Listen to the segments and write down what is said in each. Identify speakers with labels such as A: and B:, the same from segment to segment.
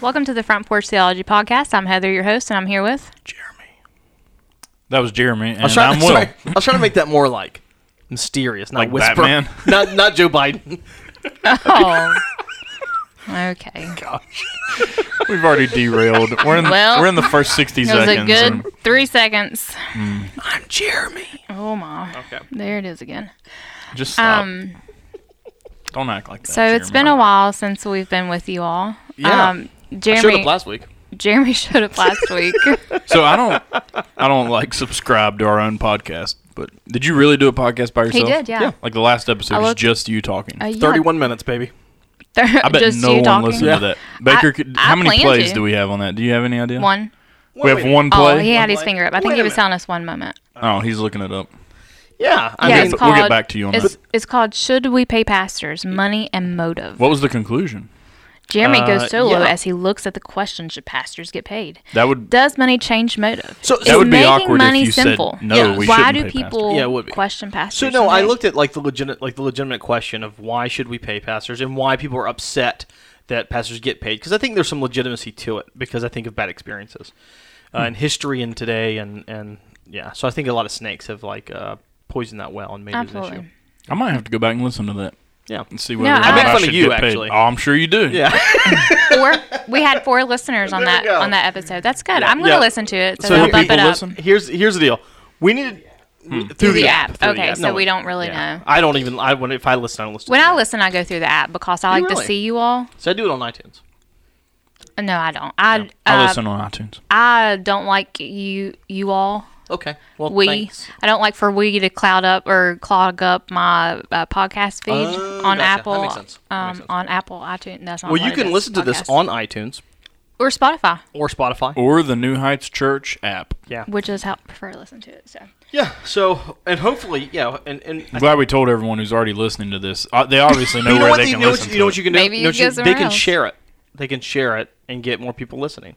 A: Welcome to the Front Porch Theology Podcast. I'm Heather, your host, and I'm here with.
B: Jeremy.
C: That was Jeremy, and
B: I was, trying,
C: I'm Will.
B: sorry, I was trying to make that more like mysterious, not
C: Like
B: whisper.
C: Batman?
B: Not not Joe Biden.
A: Oh. okay.
C: We've already derailed. We're in,
A: Well,
C: we're in the first 60
A: It was
C: seconds.
A: a good
C: and-
A: three seconds.
B: I'm Jeremy.
A: Oh, my.
B: Okay.
A: There it is again.
C: just stop.
A: Um,
C: Don't act like that.
A: so it's been a while since we've been with you all.
B: Yeah.
A: Um,
B: I showed up
A: Jeremy,
B: last week.
A: Jeremy showed up last week. Uh,
C: So I don't, I don't like subscribe to our own podcast. But did you really do a podcast by yourself?
A: did, yeah. Yeah.
C: Like the last episode
A: I
C: was
A: looked-
C: just you talking.
A: Uh, yeah.
B: Thirty-one minutes, baby.
C: I bet
A: Just
C: no
A: you
C: one
A: talking.
C: listened
B: Yeah.
C: to that. Baker, could,
A: I
C: how many
A: planned
C: plays
A: to.
C: do we have on that? Do you have any idea?
A: One.
C: We have one play.
A: Oh, he had his
B: play.
A: finger up. I think
B: Wait
A: he
B: a
A: was
B: minute.
A: telling us one moment.
C: Oh, he's looking it up.
B: Yeah, I
A: yeah,
B: mean,
A: it's
C: but
A: called,
C: we'll get back to you on
A: it's,
C: that.
A: It's called "Should We Pay Pastors? Money and Motive."
C: What was the conclusion?
A: Jeremy
B: Uh,
A: goes solo
B: yeah.
A: as he looks at the question: Should pastors get paid?
C: That would-
A: Does money change motive?
B: So-
A: Is
B: That
C: would be
A: making
C: awkward if
A: money
C: you said,
A: simple?
C: "No,
B: Yeah. we
A: Why
C: shouldn't
A: do
C: pay
A: people
C: pastors."
B: Yeah, it would be.
A: question pastors?
B: so no, I
A: today?
B: looked at like the legitimate, like the legitimate question of why should we pay pastors and why people are upset that pastors get paid because I think there's some legitimacy to it because I think of bad experiences uh,
C: Hmm.
B: and history and today and and yeah, so I think a lot of snakes have like uh, poisoned that well and made it an
A: Absolutely.
B: issue.
C: I might have to go back and listen to that
B: Yeah,
C: and see whether or
A: I-
C: not
A: I make
C: I
B: fun
C: should
B: of you,
C: get paid.
B: actually.
C: Oh, I'm sure you do.
B: yeah.
A: Four. we had four listeners on
B: There
A: that
B: we go.
A: on that episode. That's good. I'm going to
B: Yeah.
A: listen to it. So,
B: So
A: they'll
B: do
A: bump it
C: people
A: up.
C: listen?
B: Here's here's the deal. We need
C: Hmm.
B: through,
A: the
B: the
A: app.
B: app. through the
A: Okay,
B: app.
A: so we don't really know.
B: I don't even. I when if I listen, I don't listen.
A: When
B: to
A: I
B: the app.
A: listen, I go through the app because I
B: You
A: like to
B: Oh, really?
A: see you all.
B: so I do it on iTunes.
A: No, I don't. I
C: I
A: uh,
C: listen on iTunes.
A: I don't like you you all.
B: Okay. Well,
A: We
B: thanks.
A: I don't like for we to cloud up or clog up my uh, podcast feed
B: Oh,
A: on
B: gotcha. That
A: Apple.
B: makes sense. That
A: Um,
B: makes sense.
A: on Apple iTunes. That's not.
B: Well,
A: what
B: you
A: it
B: can
A: is,
B: listen to this
A: podcast.
B: on iTunes
A: or Spotify,
B: or Spotify.
C: Or the New Heights Church app.
B: Yeah.
A: which is how I prefer to listen to it. So
B: Yeah. So and hopefully, yeah. And and
C: I'm glad we told everyone who's already listening to this. Uh, they obviously know
B: you know
C: where
B: what?
C: they
B: They, you
C: can
B: know
C: listen
B: what? You know what
C: to
B: you
C: it.
B: can do.
A: Maybe
B: You
A: you
B: know what you-
A: go
B: they
A: somewhere
B: can
A: else.
B: share it. They can share it and get more people listening.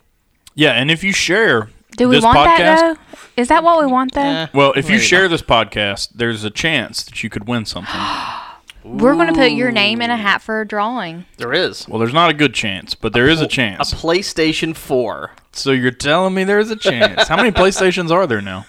C: Yeah, and if you share
A: do we
C: this
A: want
C: podcast,
A: that though? Is that what we want though?
B: Eh,
C: well, if you
B: maybe
C: share
B: not.
C: this podcast, there's a chance that you could win something.
A: We're gonna put your name in a hat for a drawing.
B: there is
C: well, there's not a good chance, but there is a
B: a
C: chance.
B: PlayStation Four.
C: so you're telling me there's a chance. How many PlayStations are there now?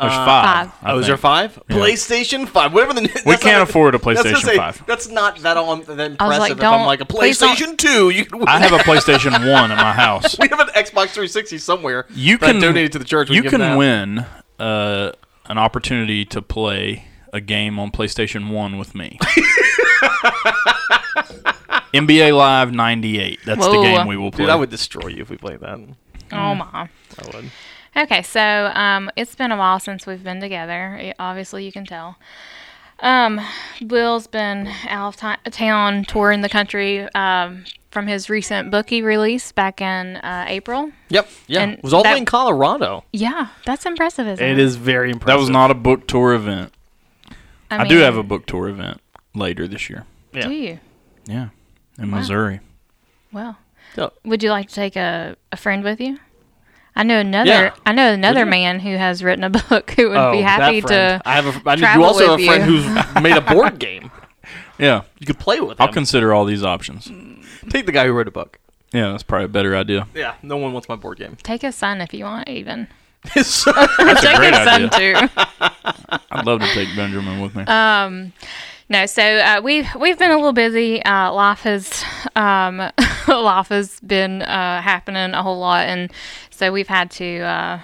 C: There's
A: five.
C: Uh, five. I
B: Oh, is
C: think.
B: there five? PlayStation Five, whatever the. that's
C: We
B: not
C: can't
B: a-
C: afford a
B: that's gonna
C: PlayStation
B: say-
C: 5.
B: That's not that all that impressive. if
A: don't-
B: I'm like a
A: please don't-
B: PlayStation Two, you can.
C: I have a PlayStation 1 at my house.
B: we have an Xbox 360 somewhere.
C: You
B: that I
C: can
B: donated to the church. we
C: You
B: give it
C: can
B: out.
C: win uh, an opportunity to play a game on PlayStation One with me. NBA Live '98. That's
A: Whoa.
C: the game we will play.
B: Dude, I would destroy you if we played that.
A: Oh
C: Mm.
A: my.
B: I would.
A: Okay, so um, it's been a while since we've been together. Y- Obviously, you can tell. Um, Will's been out of ti- town touring the country um, from his recent book he released back in uh, April.
B: Yep. Yeah.
A: And
B: it was all the
A: that-
B: way in Colorado.
A: Yeah, that's impressive, isn't it?
B: is very impressive.
C: that was not a book tour event. I, do
A: mean,
C: have a book tour event later this year.
B: Yeah.
A: Do you?
C: Yeah, in Missouri.
A: Well,
B: Yeah.
A: would you like to take a, a friend with you? I know another.
B: Yeah.
A: I know another
B: you?
A: man who has written a book who would
B: Oh,
A: be
B: that
A: happy to.
B: friend. I have. A, I you
A: travel
B: also
A: with
B: have a friend
A: you.
B: who's made a board game.
C: Yeah,
B: You could play with.
C: I'll
B: him.
C: consider all these options.
B: take the guy who wrote a book.
C: Yeah, that's probably a better idea.
B: Yeah. No one wants my board game.
A: Take his son if you want, even.
B: So-
C: That's a great
A: Take his son
C: idea.
A: too.
C: I'd love to take Benjamin with me.
A: Um, no, so uh, we've we've been a little busy. Uh, life has um, life has been uh, happening a whole lot, and so we've had to uh,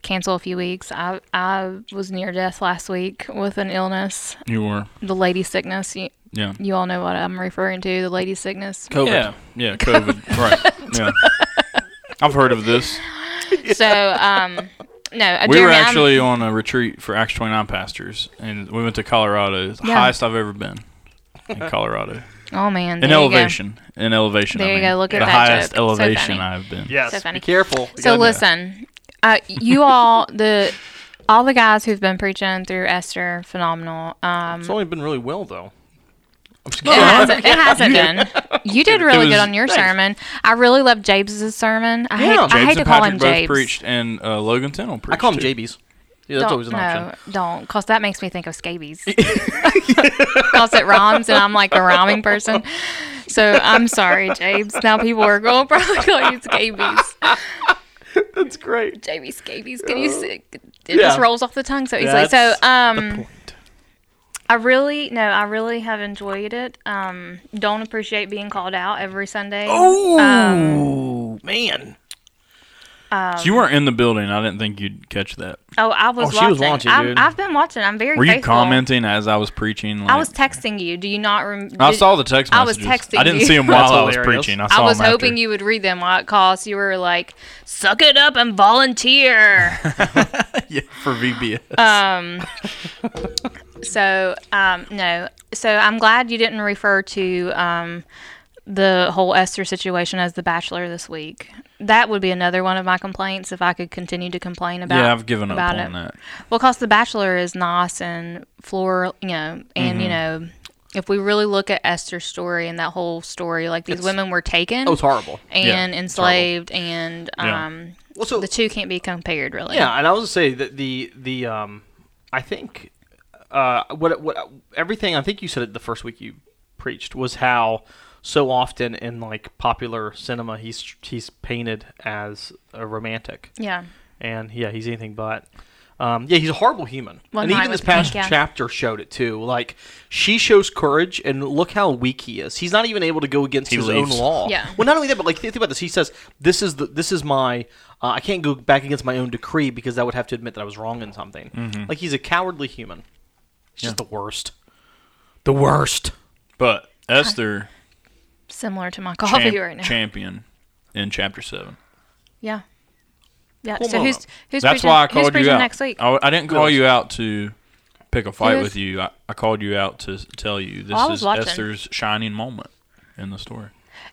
A: cancel a few weeks. I I was near death last week with an illness,
C: you were.
A: the lady sickness. You,
C: Yeah.
A: you all know what I'm referring to, the lady sickness.
B: COVID.
C: Yeah. Yeah. COVID. right. Yeah. I've heard of this.
A: So um, no, uh,
C: we were
A: Jeremy, I'm-
C: actually on a retreat for Acts 29 pastors, and we went to Colorado. It's the
A: Yeah.
C: highest I've ever been in Colorado.
A: oh man, there
C: In
A: you go.
C: elevation. In elevation. I
A: There you
C: mean.
A: go, look at
C: The
A: that
C: highest
A: joke. So
C: elevation
A: funny.
C: I've been.
A: So
B: Yes.
A: funny.
B: be careful. You
A: So
B: gotta-
A: listen, uh, you all the all the guys who've been preaching through Esther, phenomenal. Um,
B: It's only been really well though. I'm just
A: it
B: kidding.
A: hasn't, it hasn't been. You did really good
C: was-
A: on your
C: thanks.
A: sermon. I really love Jabes' sermon. I
B: Yeah.
A: hate, I
C: Jabes
A: hate to
C: and
A: call
C: Patrick
A: him
C: both
A: Jabes.
C: preached, and uh, Logan Tennell preached.
B: I call him
C: too.
B: JB's. Yeah, that's
A: don't,
B: always an option.
A: No, don't, cause that makes me think of scabies. cause it rhymes, and I'm like a rhyming person. So I'm sorry, James. Now people are going to probably call you scabies.
B: That's great.
A: Jamie scabies. Can you? s- It
B: yeah.
A: just rolls off the tongue so easily. So
B: That's
A: um.
B: Point.
A: I really no, I really have enjoyed it. Um, don't appreciate being called out every Sunday.
B: Oh man,
C: So you weren't in the building. I didn't think you'd catch that.
A: Oh, I was
B: Oh,
A: watching.
B: she was watching,
A: I'm-
B: dude.
A: I've been watching. I'm very.
C: Were you
A: faithful.
C: commenting as I was preaching? Like,
A: I was texting you. Do you not remember?
C: I saw the text
A: I was
C: messages.
A: texting
C: I didn't
A: you.
C: see them
B: That's
C: while I was
B: hilarious.
C: preaching. I
A: I
C: saw
A: was
C: 'em after.
A: hoping you would read them while it cost. You were like, "Suck it up and volunteer."
C: yeah, for VBS.
A: Uh, so um, no. So I'm glad you didn't refer to um, the whole Esther situation as the Bachelor this week. That would be another one of my complaints if I could continue to complain about.
C: yeah, I've given up
A: about
C: on
A: it.
C: that.
A: Well, because The Bachelor is nice and floral, you know, and you
C: Mm-hmm.
A: know, if we really look at Esther's story and that whole story, like these women were taken
B: that was horrible.
A: and
C: Oh, Yeah, it's horrible.
A: enslaved, and
C: Yeah.
A: um,
B: Well, so
A: the two can't be compared, really.
B: Yeah, and I was gonna say that the the um, I think uh, what what everything I think you said it the first week you preached was how so often in like popular cinema he's he's painted as a romantic,
A: yeah,
B: and yeah, he's anything but. Um, yeah, he's a horrible human,
A: Well,
B: and
A: no, I
B: even this
A: would think,
B: past
A: yeah.
B: chapter showed it too. Like she shows courage, and look how weak he is. He's not even able to go against
C: He
B: his
C: leaves.
B: own law.
A: Yeah.
B: Well, not only that, but like think about this. He says, "This is the this is my uh, I can't go back against my own decree because I would have to admit that I was wrong in something." Like he's a cowardly human. Mm-hmm. He's just the worst. The worst.
C: But Esther,
A: similar to my coffee
C: champ-
A: right now.
C: champion in chapter seven.
A: Yeah, yeah.
B: Hold
A: so
B: on.
A: who's who's
C: That's
A: preaching,
C: why I
A: who's
C: called you
A: preaching
C: out.
A: next week?
C: I, I didn't call you out to pick a fight
A: Who is-
C: with you. I, I called you out to s- tell you this
A: Well, I was
C: is
A: watching.
C: Esther's shining moment in the story.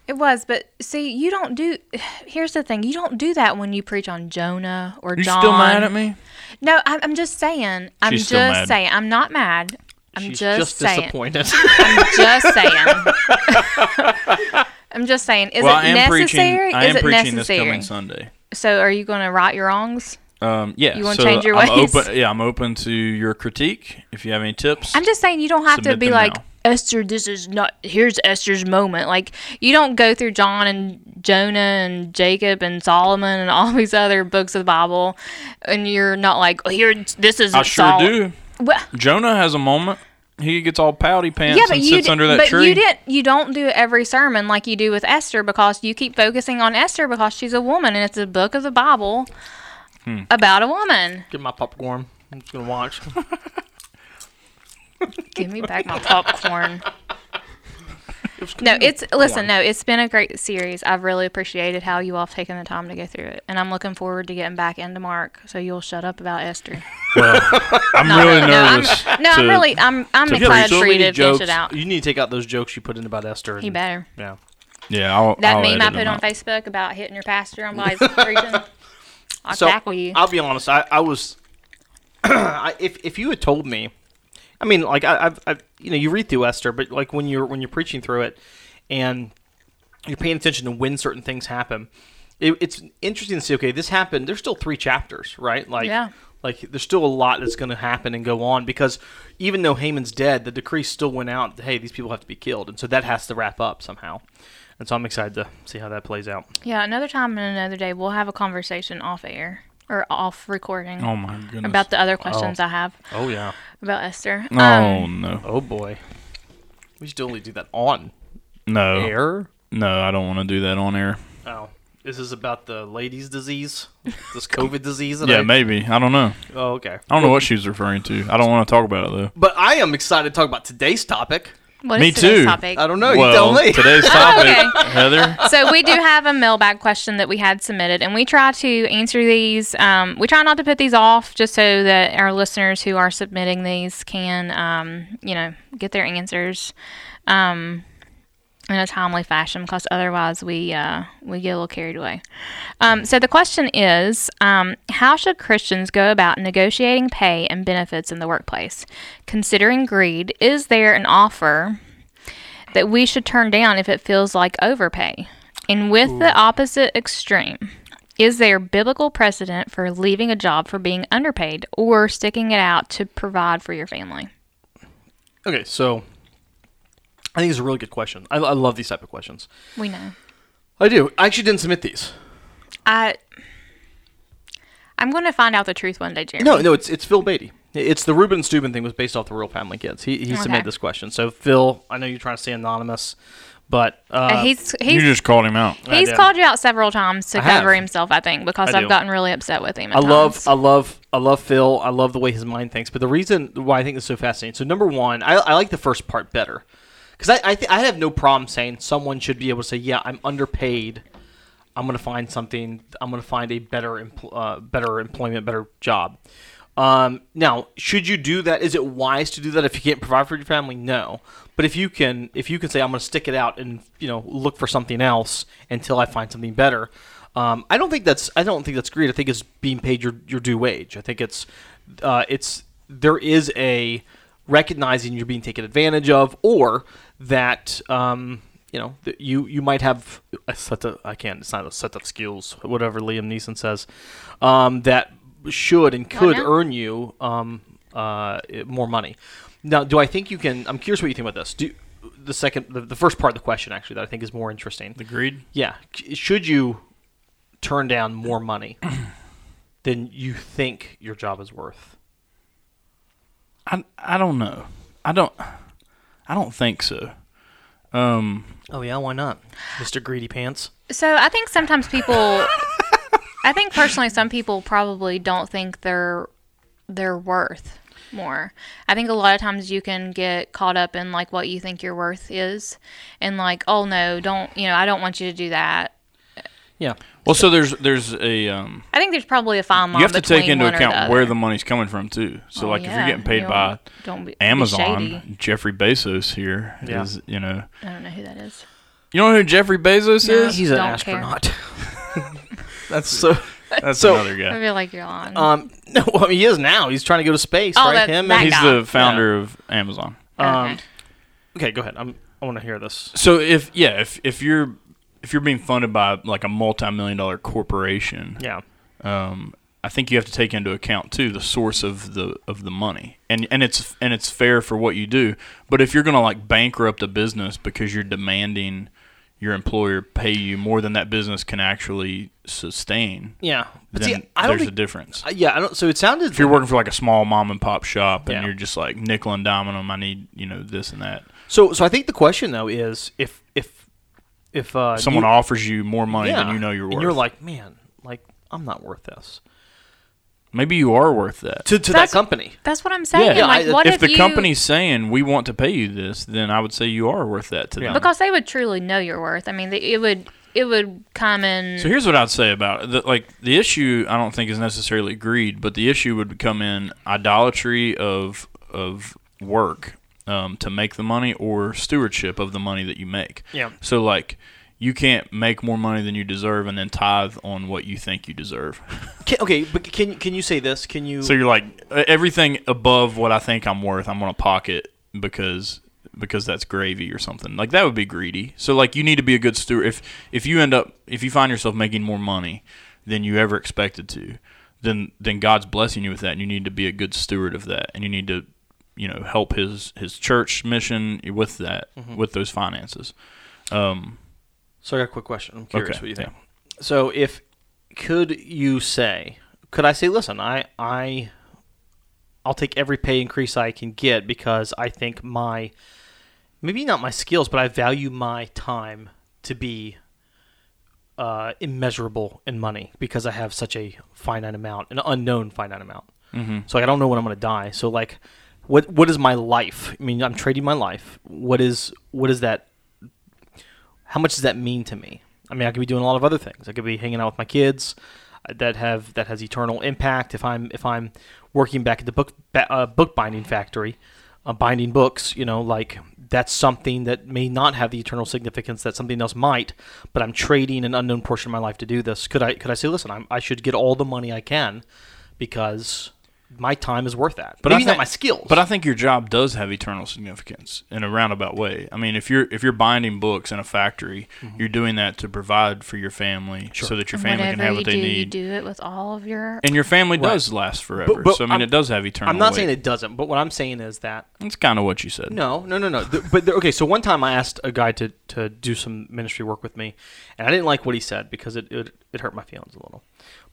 A: It was, but see, you don't do. Here's the thing: you don't do that when you preach on Jonah or
C: You
A: John.
C: still mad at me?
A: No, I'm, I'm just saying. I'm
C: She's
A: just
C: still mad.
A: saying. I'm not mad. I'm
B: She's
A: just,
B: just,
A: saying.
B: disappointed.
A: I'm just saying. I'm just saying. Is
C: well, I
A: it
C: am
A: necessary?
C: preaching. I am
A: Is it
C: preaching this
A: necessary?
C: coming Sunday.
A: so, are you going to right your wrongs?
C: Um, yeah,
A: You wanna
C: so
A: change your
C: I'm
A: ways?
C: Open, yeah, I'm open to your critique. If you have any tips,
A: I'm just saying you don't have to
C: Submit
A: be
C: them
A: like
C: now.
A: Esther. This is not. Here's Esther's moment. Like you don't go through John and Jonah and Jacob and Solomon and all these other books of the Bible, and you're not like "Oh, here. This is.
C: I sure
A: Sol-"
C: do.
A: Well,
C: Jonah has a moment. He gets all pouty pants
A: yeah, but
C: and
A: you
C: sits
A: d-
C: under that
A: but
C: tree.
A: you did you don't do it every sermon like you do with Esther because you keep focusing on Esther because she's a woman and it's a book of the Bible
C: Hmm.
A: about a woman.
B: Get my popcorn. I'm just gonna watch.
A: Give me back my popcorn. No, it's listen. No, it's been a great series. I've really appreciated how you all have taken the time to go through it, and I'm looking forward to getting back into Mark. So you'll shut up about Esther.
C: Well, I'm
A: No,
C: really
A: no, no, I'm-
C: nervous.
A: No,
C: to-
A: I'm really, I'm, I'm
C: to
A: excited for
C: preach. So
A: you
C: many
A: to finish it
C: jokes.
A: out.
B: You need to take out those jokes you put in about Esther. And,
A: You better.
B: Yeah.
C: Yeah, I'll,
A: That
C: I'll
A: meme
C: edit
A: I
C: them
A: put on
C: out.
A: Facebook about hitting your pastor on by his preaching. I'll tackle you.
B: I'll be honest. I, I was, I, if if you had told me, I mean, like I, I've, I've, you know, you read through Esther, but like when you're when you're preaching through it, and you're paying attention to when certain things happen, it, it's interesting to see. Okay, this happened. There's still three chapters, right? Like,
A: Yeah.
B: like there's still a lot that's going to happen and go on because even though Haman's dead, the decree still went out. that, Hey, these people have to be killed, and so that has to wrap up somehow. And so I'm excited to see how that plays out.
A: yeah, another time and another day, we'll have a conversation off air or off recording
C: Oh my goodness.
A: about the other questions I have
B: Oh yeah.
A: about Esther.
C: oh
A: Um,
C: no,
B: Oh boy. We should only do that on
C: no,
B: Oh. air.
C: no! I don't want to do that on air.
B: Oh. This is about the ladies' disease, this COVID disease. That
C: Yeah,
B: I,
C: maybe. I don't know.
B: Oh, okay.
C: I don't know what she was referring to. I don't want to talk about it though.
B: But I am excited to talk about today's topic.
A: what
C: me
A: is today's
C: too.
A: Topic?
B: I don't know.
C: well,
B: you tell me.
C: today's topic,
A: okay.
C: Heather.
A: so we do have a mailbag question that we had submitted, and we try to answer these. Um, we try not to put these off, just so that our listeners who are submitting these can, um, you know, get their answers um, in a timely fashion, because otherwise we uh, we get a little carried away. Um, so the question is, um, how should Christians go about negotiating pay and benefits in the workplace? Considering greed, is there an offer? that we should turn down if it feels like overpay. And with the opposite extreme, is there biblical precedent for leaving a job for being underpaid or sticking it out to provide for your family?
B: Okay, so I think it's a really good question. I, I love these type of questions.
A: We know.
B: I do. I actually didn't submit these.
A: I I'm going to find out the truth one day, Jeremy.
B: No, no, it's it's Phil Beatty. It's the Ruben Steuben thing was based off the Real Family Kids. He he
A: Okay.
B: submitted this question. So Phil, I know you're trying to stay anonymous, but
A: Uh,
B: uh,
A: he's
C: you
A: he's
C: just called him out.
B: I
A: he's
B: did.
A: called you out several times to
B: I have.
A: cover himself, I think, because
B: I
A: I've
B: do.
A: gotten really upset with him. at
B: I love
A: times.
B: I love I love Phil. I love the way his mind thinks. But the reason why I think this is so fascinating. So number one, I, I like the first part better because I I, th- I have no problem saying someone should be able to say, yeah, I'm underpaid. I'm gonna find something. I'm gonna find a better empl- uh, better employment, better job. Um, now, should you do that? Is it wise to do that if you can't provide for your family? No. But if you can, if you can say, I'm going to stick it out and you know look for something else until I find something better. Um, I don't think that's I don't think that's greed. I think it's being paid your, your due wage. I think it's uh, it's there is a recognizing you're being taken advantage of, or that um, you know that you you might have a set of I can't it's not a set of skills whatever Liam Neeson says um, that should and could
A: now.
B: earn you um, uh, it- more money. Now, do I think you can? I'm curious what you think about this. Do the second the, the first part of the question actually that I think is more interesting.
C: The greed.
B: Yeah, C- should you turn down more money than you think your job is worth?
C: I I don't know. I don't. I don't think so. Um,
B: Oh yeah, why not, Mister Greedy Pants?
A: So I think sometimes people, I think personally, some people probably don't think they're they're worth more. I think a lot of times you can get caught up in like what you think your worth is, and like, oh no, don't you know, I don't want you to do that.
B: Yeah,
C: well, so there's there's a um,
A: I think there's probably a fine line.
C: you have to take
A: between
C: into
A: one or
C: account
A: the
C: where
A: other.
C: the money's coming from too. So
A: Oh,
C: like if
A: yeah,
C: you're getting paid
A: you
C: by
A: don't- don't be- be shady.
C: Amazon, Jeffrey Bezos here is
B: Yeah.
C: you know
A: I don't know who that is.
C: you know who Jeffrey Bezos
A: No.
C: is.
B: he's an
A: Don't care.
B: astronaut. That's so.
C: That's
B: So-
C: another
A: I
C: guy.
A: feel like you're on.
B: Um, no, well, I mean, he is now. He's trying to go to space,
A: Oh,
B: right?
A: that-
B: Him
A: that
B: and
C: He's
A: guy.
C: the founder of Amazon.
B: um,
A: Okay.
B: Okay, go ahead. I'm. I want to hear this.
C: So if yeah if if you're if you're being funded by like a multi-million dollar corporation,
B: Yeah.
C: um, I think you have to take into account too the source of the of the money, and and it's and it's fair for what you do. But if you're gonna like bankrupt a business because you're demanding your employer pay you more than that business can actually sustain,
B: Yeah. But
C: then
B: see, I don't
C: there's
B: think.
C: a difference.
B: uh, yeah, I don't. So it sounded.
C: if you're working for like a small mom and pop shop and
B: Yeah.
C: you're just like nickel and diming them, I need you know this and that.
B: so so I think the question though is if if if uh,
C: Someone
B: you-
C: offers you more money
B: yeah,
C: than you know you're worth.
B: and you're like, man, like I'm not worth this
C: maybe you are worth that.
B: to to
A: That's-
B: that company.
A: That's what I'm saying.
B: Yeah,
A: like,
B: I-
A: what
C: if,
A: if,
C: the
A: you,
C: company's saying we want to pay you this, then I would say you are worth that to them.
A: because they would truly know your worth. I mean, they, it would it would come in.
C: So here's what I'd say about it. The, like the issue, I don't think is necessarily greed, but the issue would come in idolatry of of work um, to make the money or stewardship of the money that you make.
B: Yeah.
C: So like, you can't make more money than you deserve and then tithe on what you think you deserve.
B: Can, okay, but can can you say this? Can you?
C: so you're like e- everything above what I think I'm worth, I'm gonna pocket because because that's gravy or something. Like that would be greedy. So like you need to be a good steward. If if you end up if you find yourself making more money than you ever expected to, then then God's blessing you with that, and you need to be a good steward of that, and you need to you know help his his church mission with that
B: Mm-hmm.
C: with those finances. Um,
B: so I got a quick question. I'm curious
C: Okay,
B: what you think. So if could you say? Could I say, listen, I I I'll take every pay increase I can get because I think my maybe not my skills, but I value my time to be uh, immeasurable in money because I have such a finite amount, an unknown finite amount. Mm-hmm. So like, I don't know when I'm going to die. So like, what what is my life? I mean, I'm trading my life. What is what is that? How much does that mean to me? I mean, I could be doing a lot of other things. I could be hanging out with my kids uh, that have that has eternal impact. If I'm if I'm working back at the book ba- uh, book binding factory, uh, binding books, you know, like that's something that may not have the eternal significance that something else might. But I'm trading an unknown portion of my life to do this. Could I could I say, listen, I'm, I should get all the money I can because my time is worth that.
C: But
B: Maybe
C: I
B: not
C: think-
B: my skills.
C: But I think your job does have eternal significance in a roundabout way. I mean, if you're if you're binding books in a factory,
B: Mm-hmm.
C: you're doing that to provide for your family so that your
A: And
C: family can
A: whatever
C: have
A: you
C: what
A: do,
C: they
A: you
C: need.
A: do it with all of your.
C: And your family does last forever.
B: but
C: so I mean,
B: I'm-
C: it does have eternal.
B: I'm not
C: weight.
B: saying it doesn't, but what I'm saying is that
C: That's kind of what you said.
B: No, no, no, no. The- but the- okay, so one time I asked a guy to, to do some ministry work with me, and I didn't like what he said because it, it, it hurt my feelings a little.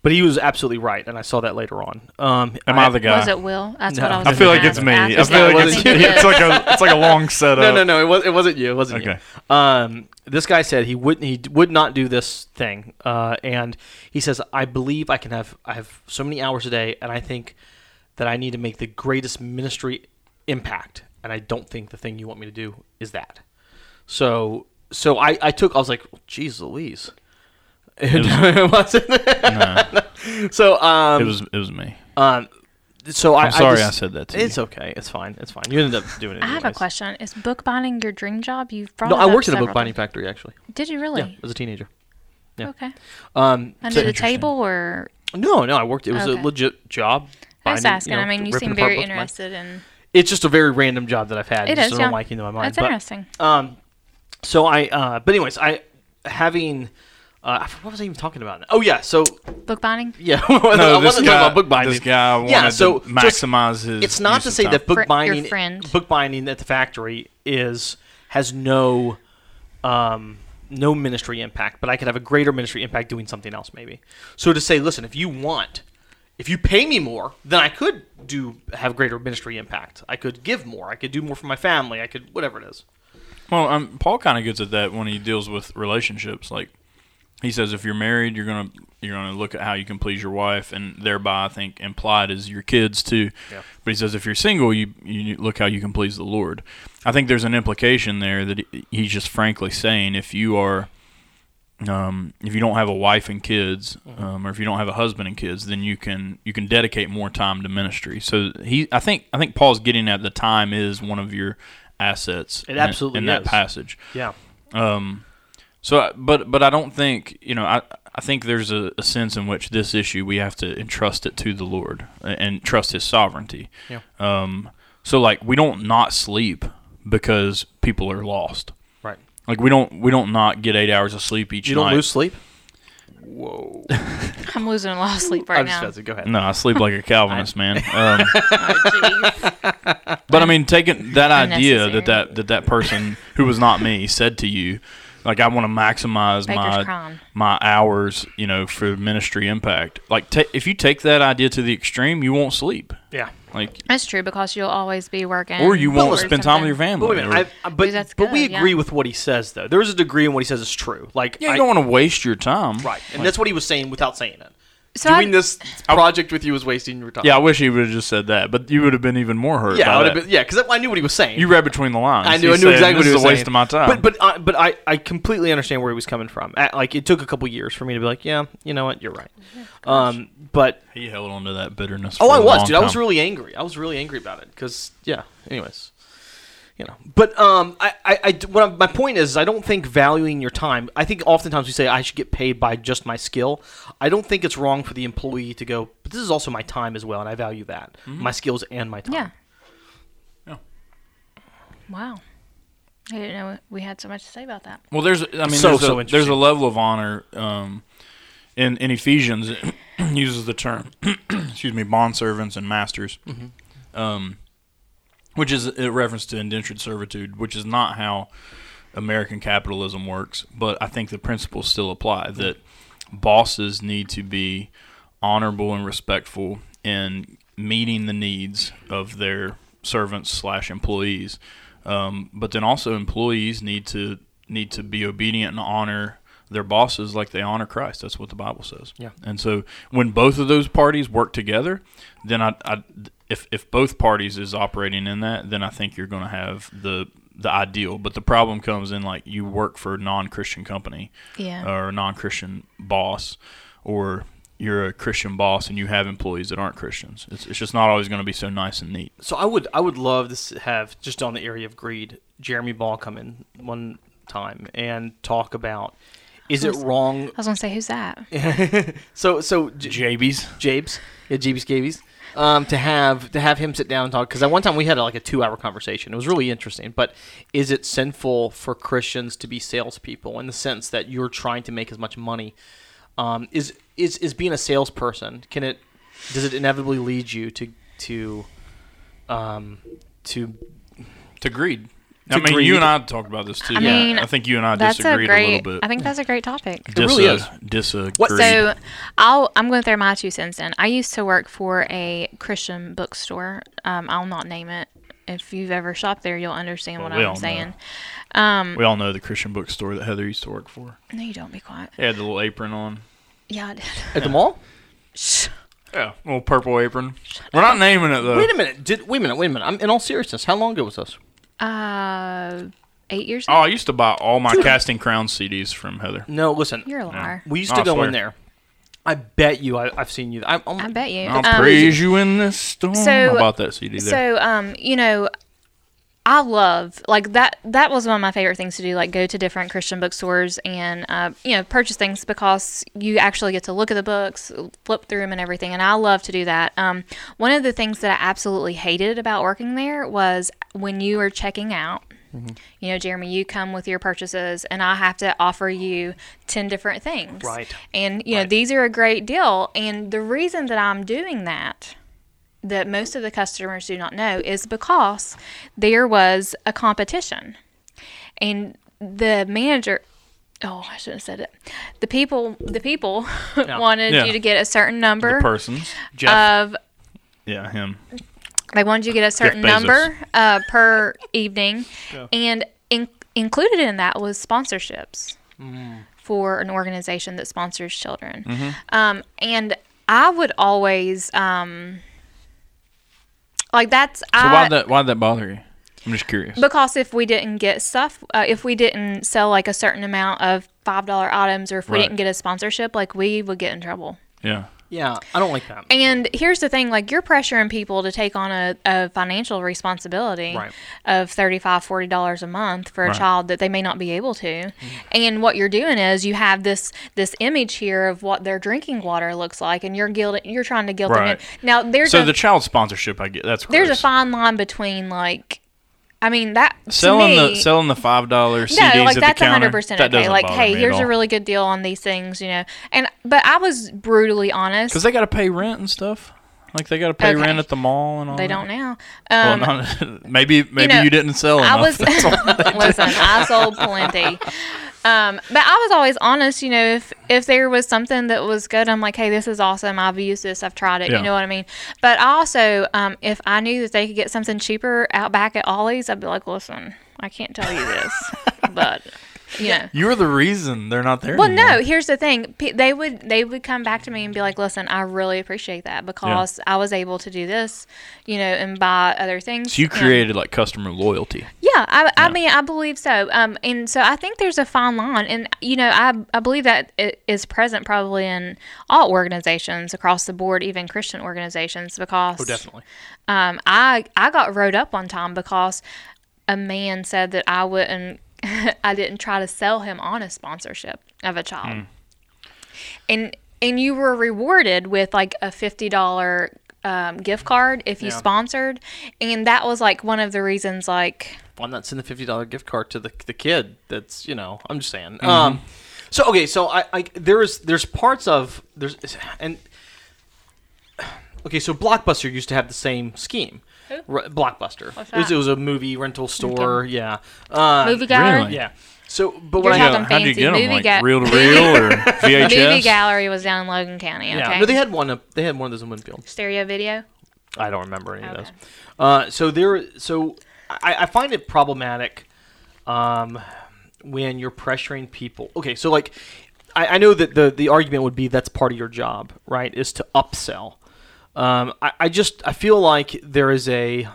B: But he was absolutely right, and I saw that later on. Um,
C: Am I the guy?
A: Was it Will? That's
B: No.
A: what I was.
C: I feel
A: gonna
C: like it's
A: ask
C: me.
A: after
C: I feel
A: that.
C: like
B: I
C: it's,
A: think it
C: it's
A: is.
C: like a it's like a long setup.
B: No, no, no. It, was, it wasn't you. It wasn't
C: Okay.
B: you. Um, this guy said he wouldn't. He would not do this thing. Uh, and he says, "I believe I can have. I have so many hours a day, and I think that I need to make the greatest ministry impact. And I don't think the thing you want me to do is that. So, so I, I took. I was like, "Jeez, Louise." It wasn't.
C: No,
B: so, um,
C: it was it was me.
B: um, so I,
C: I'm sorry I,
B: just-
C: said that to
B: It's
C: you.
B: okay. It's fine. It's fine. You ended up doing it.
A: I have a
B: anyways.
A: question. Is bookbinding your dream job? You've brought
B: No,
A: it
B: I
A: up
B: worked in a
A: several
B: book binding
A: times.
B: factory actually.
A: Did you
B: Yeah,
A: really?
B: as a teenager. yeah.
A: Okay.
B: Um,
A: Under the
C: interesting.
A: table, or
B: no, no, I worked. It was
A: Okay.
B: a legit job.
A: I was
B: Binding,
A: asking.
B: know,
A: I mean, you
B: ripping
A: seem
B: apart
A: very
B: books, mine.
A: interested in.
B: It's just a very random job that I've had.
A: It
B: It's just
A: is,
B: an
A: yeah.
B: unlikely in my mind.
A: That's
B: but,
A: interesting.
B: Um, so I, uh, but anyways, I having. Uh, I forgot- what was I even talking about? Oh yeah, so
A: Bookbinding.
B: yeah, I wasn't talking about book binding.
C: This guy wanted
B: yeah, so
C: to
B: just-
C: maximize his.
B: it's
C: use
B: not to
C: of
B: say
C: time.
B: that
A: Fri-
B: book
A: your
B: binding,
A: friend.
B: book binding at the factory is has no, um, no ministry impact. But I could have a greater ministry impact doing something else, maybe. So to say, listen, if you want, if you pay me more, then I could do have greater ministry impact. I could give more. I could do more for my family. I could whatever it is.
C: Well, um, Paul kind of gets at that when he deals with relationships. Like he says, if you're married, you're gonna you're gonna look at how you can please your wife, and thereby, I think implied is your kids too.
B: Yeah.
C: But he says, if you're single, you you look how you can please the Lord. I think there's an implication there that he- he's just frankly saying, if you are um, if you don't have a wife and kids,
B: Mm-hmm.
C: um, or if you don't have a husband and kids, then you can you can dedicate more time to ministry. So he, I think, I think Paul's getting at the time is one of your assets.
B: It
C: in-
B: absolutely
C: in,
B: is.
C: that passage.
B: Yeah.
C: Um, so, I- but but I don't think you know. I I think there's a, a sense in which this issue we have to entrust it to the Lord and, and trust His sovereignty.
B: Yeah.
C: Um, so like we don't not sleep because people are lost.
B: Right.
C: Like we don't we don't not get eight hours of sleep each
B: You don't
C: night.
B: lose sleep. Whoa.
A: I'm losing a lot of sleep right
B: I'm
A: now.
B: just messing. Go ahead.
C: No, I sleep like a Calvinist, man. Um,
A: Oh, jeez.
C: but I mean, taking that idea that
A: Unnecessary.
C: that, that that person who was not me said to you, like, I want to maximize
A: Baker's
C: my
A: crime.
C: my hours, you know, for ministry impact. Like, ta if you take that idea to the extreme, you won't sleep.
B: Yeah.
C: Like,
A: That's true because you'll always be working.
C: or you won't
A: or
C: spend time with your
A: something.
C: family.
B: But wait a minute.
C: or-
B: I- I, but
A: that's
B: but we
A: good, yeah.
B: agree with what he says though. There is a degree in what he says is true. Like
C: yeah, you
B: I-
C: don't want to waste your time.
B: Right, and
C: Like,
B: that's what he was saying without saying it.
A: So
B: Doing
A: I-
B: this project with you is wasting your time.
C: yeah, I wish he would have just said that, but you would have been even more hurt.
B: yeah,
C: by
B: I would've
C: that.
B: been- yeah, because I knew what he was saying.
C: you read between the lines.
B: I knew,
C: He
B: I knew
C: said,
B: exactly what
C: this
B: he
C: is
B: was
C: a
B: saying.
C: waste of my time.
B: But but I, but I, I completely understand where he was coming from. I, like it took a couple years for me to be like, yeah, you know what, you're right.
A: Oh
B: Um, but
C: he held on to that bitterness.
B: oh,
C: for
B: I
C: a
B: was,
C: long
B: dude. I was
C: time.
B: really angry. I was really angry about it because yeah. Anyways, you know. But um, I I, I what I'm, my point is, I don't think valuing your time. I think oftentimes we say I should get paid by just my skill. I don't think it's wrong for the employee to go, but this is also my time as well, and I value that
C: Mm-hmm.
B: my skills and my time.
A: Yeah.
C: Yeah.
A: Wow. I didn't know we had so much to say about that.
C: Well, there's, I mean,
B: So,
C: there's,
B: so
C: a,
B: interesting.
C: there's a level of honor um, in, in Ephesians. It uses the term, excuse me, bondservants and masters,
B: Mm-hmm.
C: um, which is a reference to indentured servitude, which is not how American capitalism works. But I think the principles still apply that bosses need to be honorable and respectful in meeting the needs of their servants slash employees. Um, but then also employees need to need to be obedient and honor their bosses like they honor Christ. That's what the Bible says.
B: Yeah.
C: And so when both of those parties work together, then I, I if if both parties is operating in that, then I think you're going to have the the ideal. But the problem comes in like you work for a non-Christian company
A: Yeah.
C: or a non-Christian boss, or you're a Christian boss and you have employees that aren't Christians. It's, it's just not always going to be so nice and neat.
B: So I would I would love to s- have just on the area of greed, Jeremy Ball come in one time and talk about is it wrong?
A: I was gonna say, who's that?
B: So so J-
C: JB's.
B: Jabes, yeah, Jabes Gabies. um, to have to have him sit down and talk because at one time we had like a two hour conversation. It was really interesting. But is it sinful for Christians to be salespeople in the sense that you're trying to make as much money? Um, is is is being a salesperson? Can it does it inevitably lead you to to um, to
C: to greed.
B: To
C: I mean,
B: greed.
C: you and I talked about this too.
A: I mean,
C: I think you and I
A: That's a
C: disagreed
A: great.
C: a little bit.
A: I think that's a great topic.
C: Dis- uh,
B: really is.
C: Disagree.
A: So, I'll I'm going to throw my two cents in. I used to work for a Christian bookstore. Um, I'll not name it. If you've ever shopped there, you'll understand
C: Well,
A: what
C: we all
A: I'm
C: know.
A: saying.
C: we all know the Christian bookstore that Heather used to work for.
A: No, you don't be quiet.
C: They had the little apron on.
A: Yeah, I did.
B: at the mall?
A: Shh.
C: Yeah, little purple apron. We're not naming it though.
B: Wait a minute. Did wait a minute. Wait a minute. I'm in all seriousness. How long ago was this?
A: Uh, eight years.
C: Oh,
A: ago?
C: I used to buy all my Casting Crown CDs from Heather.
B: No, listen.
A: You're a liar.
B: we used
C: I
B: to go
C: swear.
B: in there. I bet you I, I've seen you. I, I'm,
A: I bet you.
C: I'll
A: Um,
C: praise you in this storm.
A: so-
C: I bought that CD there.
A: So, um, you know, I love like that. That was one of my favorite things to do. Like go to different Christian bookstores and uh, you know purchase things because you actually get to look at the books, flip through them, and everything. And I love to do that. Um, one of the things that I absolutely hated about working there was when you were checking out.
B: Mm-hmm.
A: You know, Jeremy, you come with your purchases, and I have to offer you ten different things.
B: Right.
A: And you know, these are a great deal. And the reason that I'm doing that that most of the customers do not know is because there was a competition and the manager oh i shouldn't have said it the people the people wanted
C: Yeah.
A: you to get a certain
C: The
A: number
C: persons. Jeff.
A: of
C: yeah, him.
A: they wanted you to get a certain
C: Bezos.
A: number uh, per evening and in- included in that was sponsorships for an organization that sponsors children
C: Mm-hmm.
A: um, and i would always um, like that's
C: So
A: I,
C: why that why that bother you? I'm just curious.
A: because if we didn't get stuff, uh, if we didn't sell like a certain amount of five dollar items, or if we
C: Right.
A: didn't get a sponsorship, like we would get in trouble.
C: yeah.
B: Yeah, I don't like that.
A: And here's the thing: like you're pressuring people to take on a, a financial responsibility
B: Right.
A: of $35, 40 dollars a month for a
C: Right.
A: child that they may not be able to. And what you're doing is you have this this image here of what their drinking water looks like, and you're guilt you're trying to guilt
C: Right.
A: them. In. Now there's
C: So
A: a,
C: the child sponsorship, I get that's
A: there's a
C: gross.
A: fine line between like, I mean that to
C: selling
A: me,
C: the selling the five dollar CDs
A: no, like
C: at
A: that's
C: the counter.
A: hundred percent
C: that
A: okay.
C: doesn't
A: Like,
C: bother
A: hey,
C: me
A: here's
C: at
A: a really good deal on these things, you know. And but I was brutally honest.
C: because they got to pay rent and stuff. Like they got to pay
A: Okay.
C: rent at the mall and all.
A: They
C: that.
A: don't now. Um,
C: Well, not, maybe maybe you,
A: know,
C: didn't sell enough.
A: I was listen. I sold plenty, um, but I was always honest. You know, if if there was something that was good, I'm like, hey, this is awesome. I've used this. I've tried it.
C: Yeah.
A: You know what I mean. But I also, um, if I knew that they could get something cheaper out back at Ollie's, I'd be like, listen, I can't tell you this, but you know.
C: You're the reason they're not there.
A: Well,
C: anymore.
A: no. Here's the thing: P- they would they would come back to me and be like, "Listen, I really appreciate that because I was able to do this, you know, and buy other things."
C: So you
A: And-
C: created like customer loyalty.
A: yeah, I, I mean, I believe so. Um, and so I think there's a fine line, and you know, I I believe that it is present probably in all organizations across the board, even Christian organizations, because
B: Oh, definitely.
A: um, I I got wrote up one time because a man said that I wouldn't, I didn't try to sell him on a sponsorship of a child,
B: Hmm.
A: and and you were rewarded with like a fifty dollar um, gift card if you
B: Yeah.
A: sponsored, and that was like one of the reasons like
B: Why not send the fifty dollar gift card to the the kid? That's you know. I'm just saying. Um, so okay, so I, I there's there's parts of there's and okay, so Blockbuster used to have the same scheme.
A: Who?
B: Ru- Blockbuster.
A: What's
B: It was,
A: that?
B: it was a movie rental store. Yeah. Uh,
A: movie gallery.
C: really?
B: Yeah. So, but
A: You're
B: what I
A: talking
B: have,
C: how'd you
A: fancy
C: get them?
A: movie
C: Like
A: ga-
C: reel to reel or
A: Movie
C: VHS?
A: gallery was down in Logan County. Okay.
B: yeah, no, they had one. Up, they had one of those in Winfield.
A: Stereo video.
B: I don't remember any of
A: Okay.
B: those. Uh, so there, so I, I find it problematic um, when you're pressuring people. Okay, so like I, I know that the the argument would be that's part of your job, right? Is to upsell. Um, I, I just I feel like there is a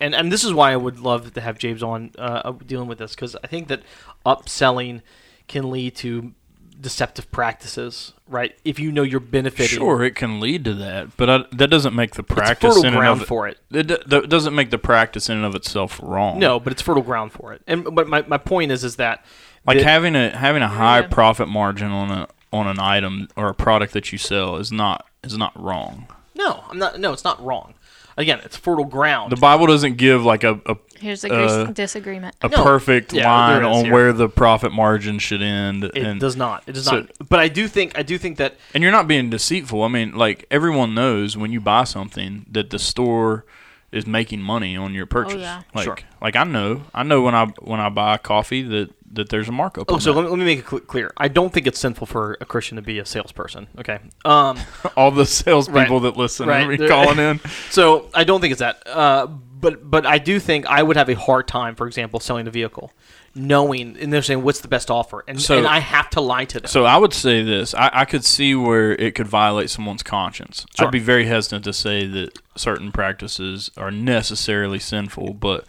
B: and and this is why I would love to have James on uh, dealing with this because I think that upselling can lead to deceptive practices, right? If you know you're benefiting,
C: Sure, it can lead to that, but I, that doesn't make the
B: it's
C: practice
B: fertile
C: in and
B: ground
C: of
B: for it.
C: it, do- that doesn't make the practice in and of itself wrong.
B: No, but it's fertile ground for it. And but my, my point is is that
C: like
B: the-
C: having a having a high
A: Yeah.
C: profit margin on a on an item or a product that you sell is not is not wrong.
B: No, I'm not. No, it's not wrong. Again, it's fertile ground.
C: The Bible doesn't give like a a,
A: Here's a
C: Uh,
A: gris- disagreement.
C: a
B: No.
C: perfect
B: Yeah,
C: line
B: there is
C: on
B: here.
C: where the profit margin should end.
B: it
C: and
B: does not. It does
C: so-
B: not. But I do think I do think that
C: And you're not being deceitful. I mean, like everyone knows when you buy something that the store is making money on your purchase.
A: yeah.
C: Like
B: Sure.
C: like I know. I know when I when I buy coffee that that there's a markup.
B: Oh,
C: on
B: so
C: that.
B: let me, let me make it cl- clear. I don't think it's sinful for a Christian to be a salesperson. Okay. Um,
C: all the salespeople
B: Right.
C: that listen
B: Right.
C: are calling in.
B: so I don't think it's that. Uh, but but I do think I would have a hard time, for example, selling a vehicle, knowing and they're saying what's the best offer, and
C: So-
B: and I have to lie to them.
C: So I would say this: I, I could see where it could violate someone's conscience.
B: Sure.
C: I'd be very hesitant to say that certain practices are necessarily sinful, but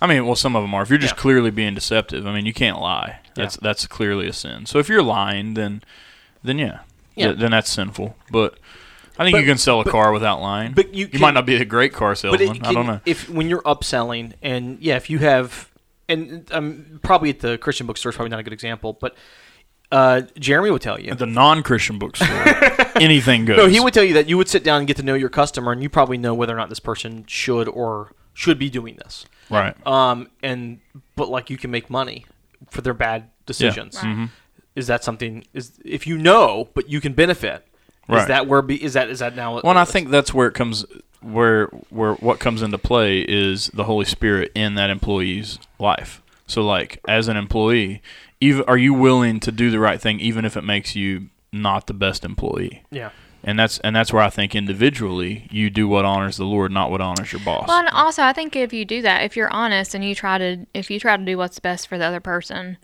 C: I mean, well, some of them are. If you're just
B: Yeah.
C: clearly being deceptive, I mean, you can't lie. That's that's clearly a sin. So if you're lying, then then yeah,
B: Yeah.
C: Th- then that's sinful. But I think
B: But-
C: you can sell a
B: but-
C: car without lying.
B: but you
C: might
B: can-
C: not be a great car
B: but it
C: salesman. I
B: can-
C: don't know.
B: if when you're upselling, and yeah, if you have, and um, probably at the Christian bookstore is probably not a good example, but uh, Jeremy would tell you
C: At the non-Christian bookstore, anything goes.
B: No, he would tell you that you would sit down and get to know your customer, and you probably know whether or not this person should or should be doing this.
C: right.
B: Um, and but like you can make money for their bad decisions.
A: Right.
C: Mm-hmm.
A: Mhm.
B: Is that something? Is if you know, but you can benefit. Is
C: Right.
B: that where? Be, is that is that now?
C: Well, and I think that's where it comes where where what comes into play is the Holy Spirit in that employee's life. So like as an employee, even are you willing to do the right thing even if it makes you not the best employee?
B: yeah.
C: And that's and that's where I think individually you do what honors the Lord, not what honors your boss.
A: Well, and also, I think if you do that, if you're honest and you try to, if you try to do what's best for the other person,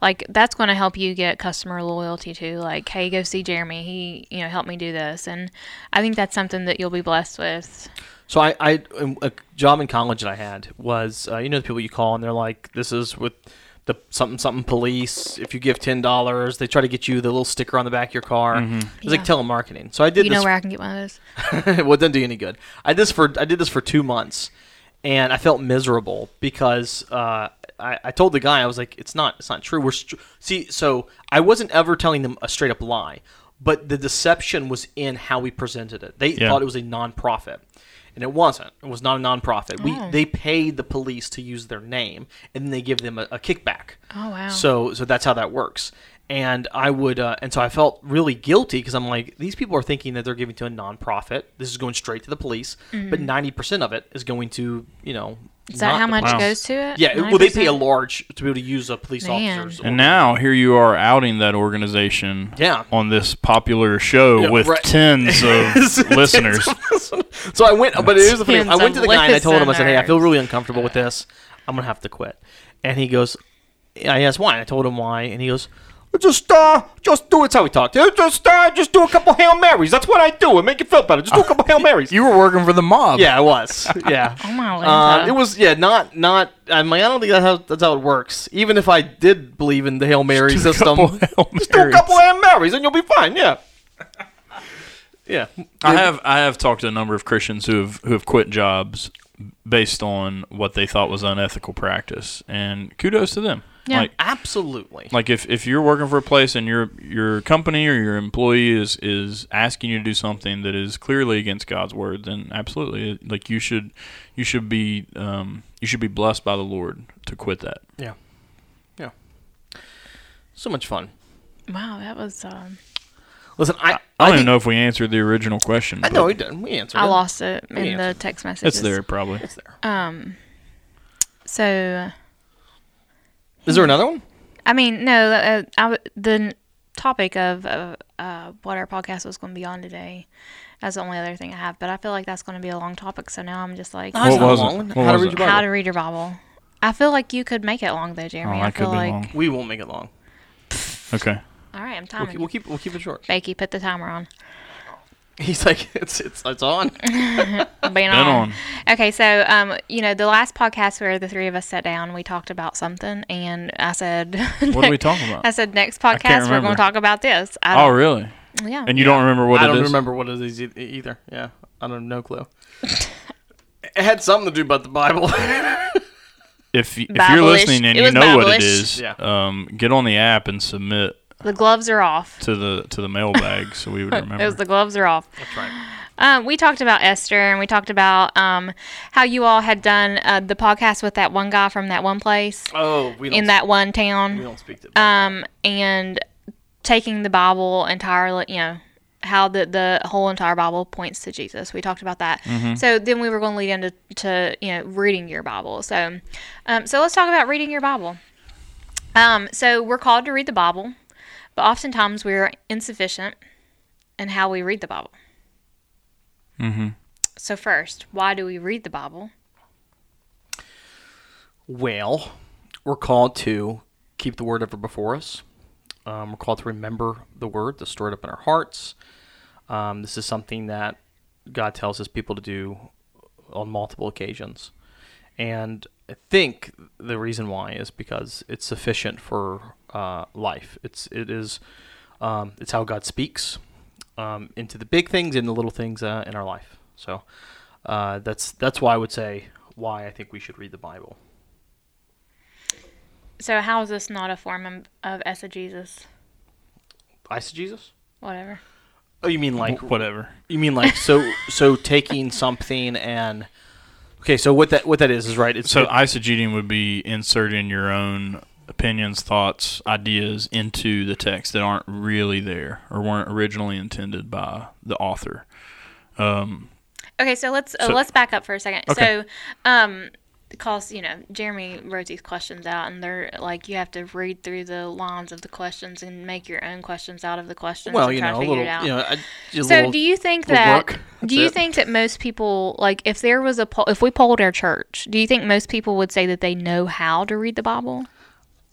A: like that's going to help you get customer loyalty too. Like, hey, go see Jeremy. He, you know, helped me do this, and I think that's something that you'll be blessed with.
B: So I, I um, a job in college that I had was uh, you know the people you call and they're like this is with the something something police if you give ten dollars they try to get you the little sticker on the back of your car it's like
A: Mm-hmm. Yeah.
B: telemarketing so I did
A: You
B: this
A: know where I can get one of those?
B: well, it doesn't do you any good. I did this for I did this for two months, and I felt miserable because uh, I, I told the guy I was like, "It's not, it's not true." We're str- see, so I wasn't ever telling them a straight up lie, but the deception was in how we presented it. They
C: Yeah.
B: thought it was a nonprofit, and it wasn't. It was not a nonprofit. We they paid the police to use their name, and then they give them a, a kickback.
A: Oh, wow.
B: So so that's how that works. And I would, uh, and so I felt really guilty because I'm like, these people are thinking that they're giving to a nonprofit. This is going straight to the police, but ninety percent of it is going to, you know,
A: Mm-hmm. Is that how much
C: Wow.
A: goes to it?
B: Yeah, it- well, they pay a
A: 9%?
B: large to be able to use a police
A: Man.
B: officer's.
C: and now here you are outing that organization
B: Yeah.
C: on this popular show
B: Yeah,
C: with
B: right.
C: tens of listeners.
B: so I went, but here's the funny. I
A: Tens
B: went to
A: of
B: the guy and I told him, I said, "Hey, I feel
A: listeners.
B: really uncomfortable with this. I'm gonna have to quit." And he goes, "I asked why." And I told him why, and he goes, "Just uh, just do it." It's how we talk. Just uh, just do a couple hail marys. That's what I do. It make you feel better. Just do a couple hail marys.
C: You were working for the mob.
B: yeah, I was. Yeah.
A: Oh my
B: Uh,
A: Linda.
B: it was yeah, not not. I mean, I don't think that's how, that's how it works. Even if I did believe in the hail mary
C: Just do a
B: system,
C: couple Hail
B: just do a
C: Marys.
B: couple hail marys and you'll be fine. Yeah, yeah.
C: I have I have talked to a number of Christians who have who have quit jobs based on what they thought was unethical practice, and kudos to them.
A: Yeah.
C: Like
B: Absolutely.
C: like if, if you're working for a place and your your company or your employee is is asking you to do something that is clearly against God's word, then absolutely, like you should you should be um, you should be blessed by the Lord to quit that.
B: Yeah. Yeah. So much fun.
A: wow, that was. Um,
B: Listen, I
C: I don't even
B: think-
C: know if we answered the original question.
B: I
C: but
B: know we did. We answered.
A: I
B: it.
A: lost it
B: me
A: in
B: answer.
A: the text message.
C: it's there probably.
B: It's there.
A: Um. So.
B: Is there another one?
A: I mean, no, uh, I w the n- topic of uh, uh, what our podcast was going to be on today. That's the only other thing I have, but I feel like that's going to be a long topic. So now I'm just like,
B: No, it's
C: What
B: not
C: was it?
B: long.
C: What
B: How to
C: was
B: read
C: it?
B: your
A: how
B: Bible.
A: to read your Bible. I feel like you could make it long though, Jeremy. I
C: that Oh, could
A: feel
C: be
A: like,
C: long.
B: we won't make it long.
C: Okay.
A: all right, I'm
B: We'll,
A: timing.
B: keep-
A: you.
B: we'll keep we'll keep it short.
A: Bakey, put the timer on.
B: He's like it's it's it's on.
A: Been
C: Been
A: on.
C: on.
A: Okay, so um, you know, the last podcast where the three of us sat down, we talked about something, and I said,
C: What are we talking about?
A: I said next podcast we're going
C: remember.
A: to talk about this. I
C: Oh
A: don't-
C: really?
A: yeah.
C: And you don't remember what
B: I
C: it
B: don't
C: is?
B: remember what it is e- either. Yeah, I don't no clue. it had something to do about the Bible.
C: if y- if you're
A: Babble-ish.
C: listening and
A: It
C: you
A: was
C: know what it
A: babble-ish.
C: is,
B: Yeah.
C: um, get on the app and submit
A: the gloves are off.
C: to the to the mailbag so we would remember.
A: It was the gloves are off.
B: That's right.
A: Um, we talked about Esther and we talked about um, how you all had done uh, the podcast with that one guy from that one place
B: Oh, we don't.
A: in that one town.
B: we don't speak to.
A: um, and taking the Bible entirely, you know, how the, the whole entire Bible points to Jesus. We talked about that. So then we were going to lead into to you know reading your Bible. So, um, so let's talk about reading your Bible. Um, so we're called to read the Bible, but oftentimes we are insufficient in how we read the Bible. Mm-hmm. So first, why do we read the Bible?
B: Well, we're called to keep the word ever before us. Um, we're called to remember the word, to store it up in our hearts. Um, this is something that God tells his people to do on multiple occasions. And I think the reason why is because it's sufficient for uh, life. It's it is um, it's how God speaks um, into the big things and the little things uh, in our life. So uh, that's that's why I would say why I think we should read the Bible.
A: So how is this not a form of, of exegesis?
B: Eisegesis?
A: Whatever.
B: Oh, you mean like
C: Like whatever.
B: you mean like so so taking something and okay, so what that what that is is right. It's
C: So eisegeting would be inserting your own opinions, thoughts, ideas into the text that aren't really there or weren't originally intended by the author.
A: Okay, so let's uh,
C: So-
A: let's back up for a second.
C: Okay.
A: So, um, cause you know Jeremy wrote these questions out, and they're like you have to read through the lines of the questions and make your own questions out of the questions.
B: well,
A: and
B: you
A: try
B: know, a
A: to figure
B: little,
A: it
B: you
A: out.
B: know, I- just a
A: so,
B: little,
A: do you think
B: little
A: that
B: work. That's
A: do you
B: it.
A: think that most people like if there was a poll, if we polled our church, do you think most people would say that they know how to read the Bible?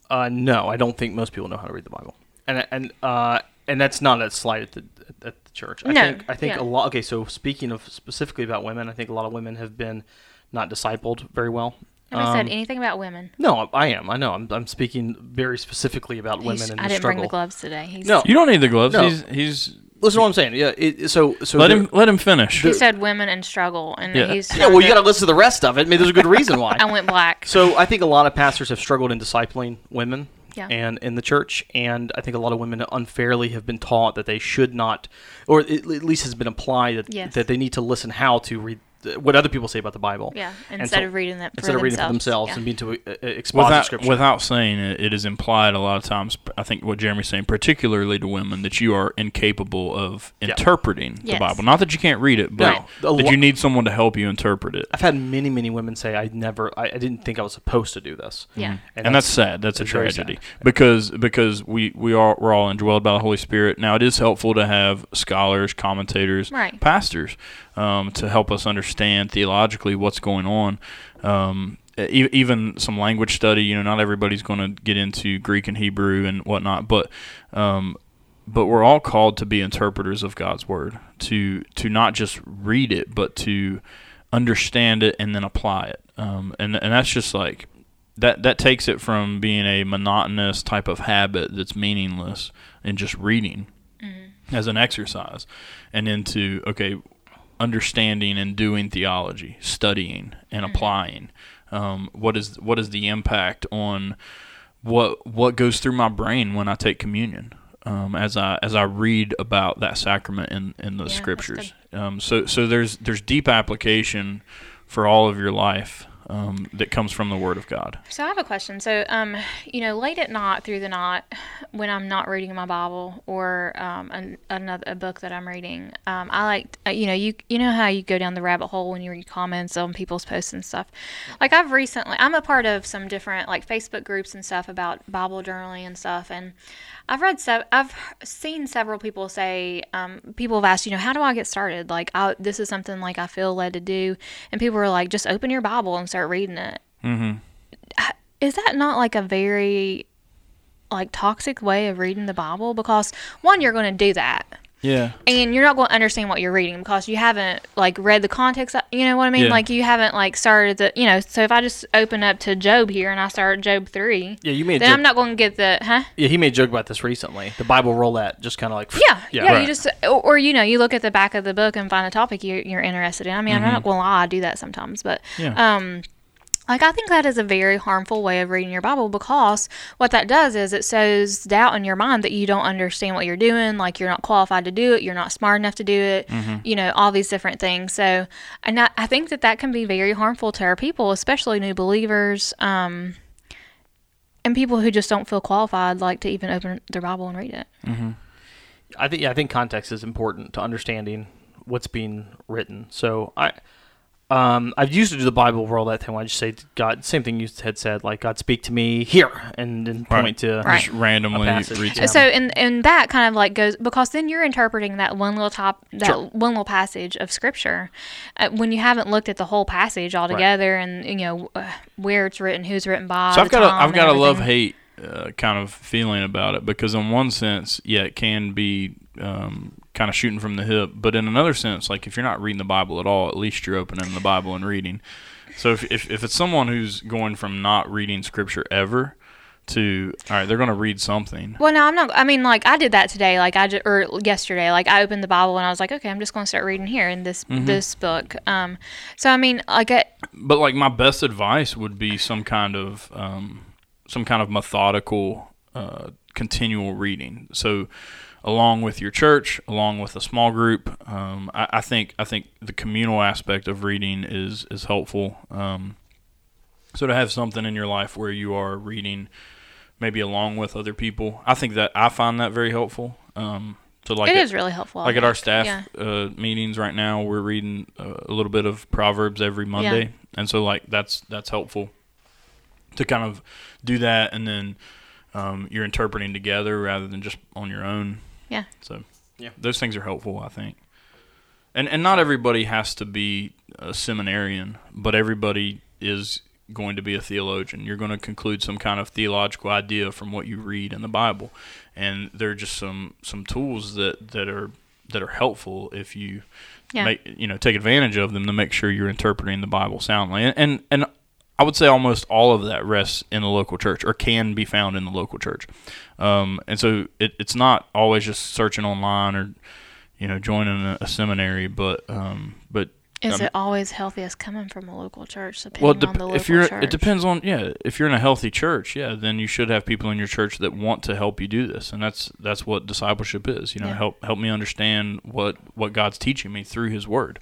B: Uh, no, I don't think most people know how to read the Bible, and and uh, and that's not a slight at the at the church. I
A: No,
B: think I think
A: yeah.
B: a lot. Okay, so speaking of specifically about women, I think a lot of women have been not discipled very well.
A: Nobody said
B: Um,
A: anything about women.
B: no, I am. I know. I'm, I'm speaking very specifically about women
A: He's-
B: and
A: I
B: the
A: didn't
B: struggle.
A: bring the gloves today. He's,
B: No.
C: You don't need the gloves.
B: No.
C: He's he's
B: Listen to what I'm saying. Yeah. It, so so
C: let
B: there-
C: him let him finish.
A: he said women and struggle, and
C: Yeah.
A: he's
B: Yeah. Well, you
A: trying
B: got to listen to the rest of it. I mean, there's a good reason why.
A: I went black.
B: So I think a lot of pastors have struggled in discipling women
A: Yeah.
B: and in the church, and I think a lot of women unfairly have been taught that they should not, or at at least has been implied that,
A: Yes.
B: that they need to listen how to read th- what other people say about the Bible.
A: Yeah,
B: And
A: instead
B: so-
A: of reading that for
B: instead of reading it for themselves
A: yeah.
B: and being to uh, uh, exposit
C: Without,
B: scripture.
C: without saying it, it is implied a lot of times. I think what Jeremy's saying, particularly to women, that you are incapable of interpreting
A: Yes.
C: the Bible. Not that you can't read it, but
B: No. A
C: that
B: lo-
C: you need someone to help you interpret it.
B: I've had many, many women say, "I never, I, I didn't think I was supposed to do this."
A: Yeah.
C: and, that's, sad. That's a
B: it's very
C: tragedy
B: sad.
C: because because we we are we're all indwelled by the Holy Spirit. Now it is helpful to have scholars, commentators,
A: Right.
C: pastors um, to help us understand theologically what's going on. Um, e- even some language study, you know, not everybody's going to get into Greek and Hebrew and whatnot, but um, but we're all called to be interpreters of God's word to to not just read it, but to understand it and then apply it. Um, and and that's just like that that takes it from being a monotonous type of habit that's meaningless and just reading as an exercise and into okay understanding and doing theology studying and
A: Mm-hmm.
C: applying um, what is what is the impact on what what goes through my brain when I take communion um, as I as I read about that sacrament in, in the
A: that's
C: scriptures um, so so there's there's deep application for all of your life um, that comes from the Word of God
A: So I have a question. So, um, you know, late at night through the night, when I'm not reading my Bible or um, an, another a book that I'm reading, um, I like, uh, you know, you you know how you go down the rabbit hole when you read comments on people's posts and stuff. Like I've recently, I'm a part of some different like Facebook groups and stuff about Bible journaling and stuff, and I've read so I've seen several people say um, people have asked, you know, how do I get started? Like, I, this is something like I feel led to do, and people are like, just open your Bible and start reading it is that not like a very like toxic way of reading the Bible? Because one, you're going to do that,
C: yeah
A: and you're not going to understand what you're reading because you haven't like read the context. uh, You know what I mean?
C: Yeah.
A: Like you haven't like started the you know. So if I just open up to Job here and I start Job three,
B: Yeah, you made
A: then
B: Job-
A: I'm not going to get the huh.
B: yeah, he made a joke about this recently. The Bible roulette, just kind of like
A: Yeah, yeah.
C: Right.
A: You just or, or, you know you look at the back of the book and find a topic you, you're interested in. I mean, I'm not going to lie, I do that sometimes, but
C: Mm-hmm. Yeah.
A: um, Like, I think that is a very harmful way of reading your Bible because what that does is it sows doubt in your mind that you don't understand what you're doing, like, you're not qualified to do it, you're not smart enough to do it,
C: Mm-hmm.
A: you know, all these different things. So, and I, I think that that can be very harmful to our people, especially new believers um, and people who just don't feel qualified, like, to even open their Bible and read it.
B: I think yeah, I think context is important to understanding what's being written. So I um I've used to do the Bible for all that time. I just say to God same thing you had said, like God speak to me here and then point
C: Right.
B: to
A: Right.
C: Just randomly
B: A passage.
C: reads
B: Yeah.
A: So and and that kind of like goes because then you're interpreting that one little top that
B: Sure.
A: one little passage of scripture uh, when you haven't looked at the whole passage altogether and you know uh, where it's written, who's written by.
C: So I've
A: the
C: got a,
A: time
C: I've
A: and
C: got a
A: everything.
C: love hate uh, kind of feeling about it because in one sense, yeah, it can be um, kind of shooting from the hip, but in another sense, like if you're not reading the Bible at all, at least you're opening the Bible and reading. So if if, if it's someone who's going from not reading Scripture ever to all right, they're going to read something.
A: Well, no, I'm not. I mean, like I did that today, like I ju- or yesterday, like I opened the Bible and I was like, okay, I'm just going to start reading here in this
C: Mm-hmm.
A: this book. Um, so I mean, like I,
C: But like my best advice would be some kind of um, some kind of methodical, uh, continual reading. So, along with your church, along with a small group, um, I, I think I think the communal aspect of reading is is helpful. Um, so to have something in your life where you are reading, maybe along with other people, I think that I find that very helpful. Um, to like
A: it
C: a-
A: is really helpful. I
C: like at our
A: think.
C: staff
A: yeah.
C: uh, meetings right now we're reading uh, a little bit of proverbs every monday and so like that's that's helpful to kind of do that and then um, you're interpreting together rather than just on your own
A: Yeah.
C: so
B: Yeah.
C: those things are helpful i think and and not everybody has to be a seminarian but everybody is going to be a theologian you're going to conclude some kind of theological idea from what you read in the bible and there are just some some tools that that are that are helpful if you
A: Yeah.
C: make you know take advantage of them to make sure you're interpreting the bible soundly and and, and I would say almost all of that rests in the local church or can be found in the local church. Um, and so it, it's not always just searching online or, you know, joining a, a seminary, but, um, but
A: Is
C: um,
A: it always healthiest coming from a local church? Depending
C: well,
A: on the
C: dep
A: local
C: if you're,
A: church.
C: it depends on, yeah, if you're in a healthy church, yeah, then you should have people in your church that want to help you do this. And that's, that's what discipleship is, you know,
A: Yeah.
C: help, help me understand what, what God's teaching me through his word.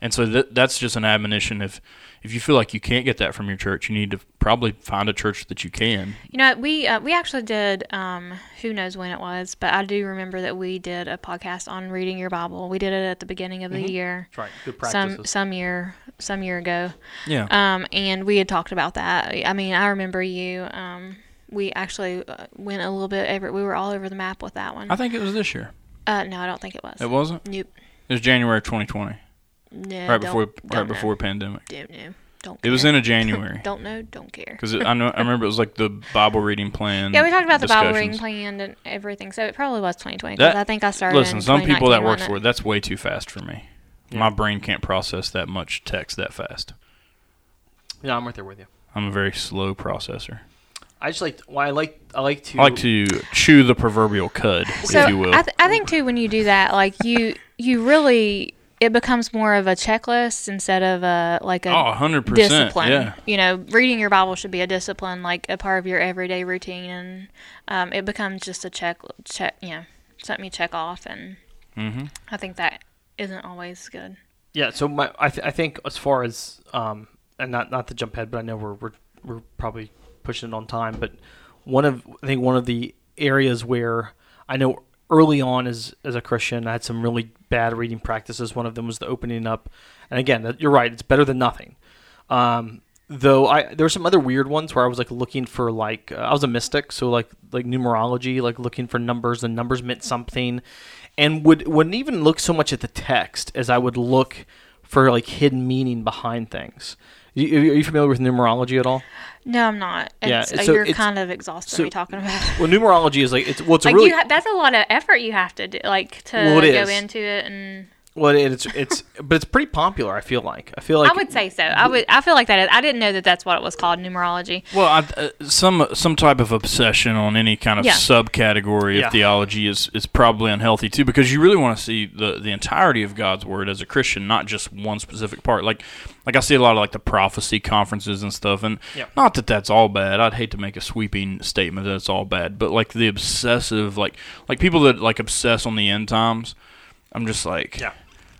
C: And so that, that's just an admonition. If, if you feel like you can't get that from your church, you need to probably find a church that you can.
A: You know, we uh, we actually did. Um, who knows when it was, but I do remember that we did a podcast on reading your Bible. We did it at the beginning of
C: Mm-hmm.
A: the year,
B: That's right. Good
A: some
B: practices.
A: some year some year ago,
C: Yeah.
A: um, and we had talked about that. I mean, I remember you. Um, we actually uh, went a little bit over. We were all over the map with that one.
C: I think it was this year.
A: uh, no, I don't think it was.
C: It wasn't.
A: Nope.
C: It was January of 2020,
A: No.
C: right
A: don't-
C: before right
A: don't know.
C: before pandemic.
A: Don't know. Don't.
C: It was
A: care.
C: in a January
A: Don't know. Don't care.
C: because I know I remember it was like the Bible reading plan.
A: Yeah, we talked about the Bible reading
C: discussions.
A: plan and everything, so it probably was 2020. 'cause
C: That-
A: I think I started.
C: Listen,
A: in
C: some people that
A: 2019
C: works
A: on
C: for that's way too fast for me.
B: Yeah.
C: My brain can't process that much text that fast.
B: yeah, I'm right there with you.
C: I'm a very slow processor.
B: I just like why I like I like to
C: I like to chew the proverbial cud, if you will.
A: I, th- I think too when you do that, like you you really it becomes more of a checklist instead of a like a
C: oh, 100%.
A: discipline.
C: Yeah.
A: You know, reading your Bible should be a discipline, like a part of your everyday routine, and um, it becomes just a check check you know something you check off, and
C: Mm-hmm.
A: I think that isn't always good.
B: Yeah, so my I, th- I think as far as um and not not to jump ahead, but I know we're we're we're probably pushing it on time, but one of I think one of the areas where I know early on as as a Christian, I had some really bad reading practices. One of them was the opening up, and again, that- you're right, it's better than nothing. Um, though I there were some other weird ones where I was like looking for like uh, I was a mystic, so like like numerology, like looking for numbers. The numbers meant something, and would wouldn't even look so much at the text as I would look for like hidden meaning behind things. You, are you familiar with numerology at all?
A: No, I'm not.
B: Yeah,
A: It's,
B: so
A: you're
B: it's-
A: kind of exhausted
B: so-
A: me talking about it.
B: Well, numerology is like it's well, it's a
A: like
B: really
A: you ha- that's a lot of effort you have to do like to
B: Well, it
A: go
B: is.
A: into it and
B: Well, it- it's it's but it's pretty popular. I feel like I feel like
A: I would say so. I would. I feel like that. Is, I didn't know that that's what it was called, numerology.
C: Well, I, uh, some some type of obsession on any kind of
A: Yeah.
C: subcategory
B: Yeah.
C: of theology is, is probably unhealthy too, because you really want to see the, the entirety of God's word as a Christian, not just one specific part. Like like I see a lot of like the prophecy conferences and stuff, and
B: Yeah.
C: not that that's all bad. I'd hate to make a sweeping statement that it's all bad, but like the obsessive, like like people that like obsess on the end times. I'm just like,
B: yeah,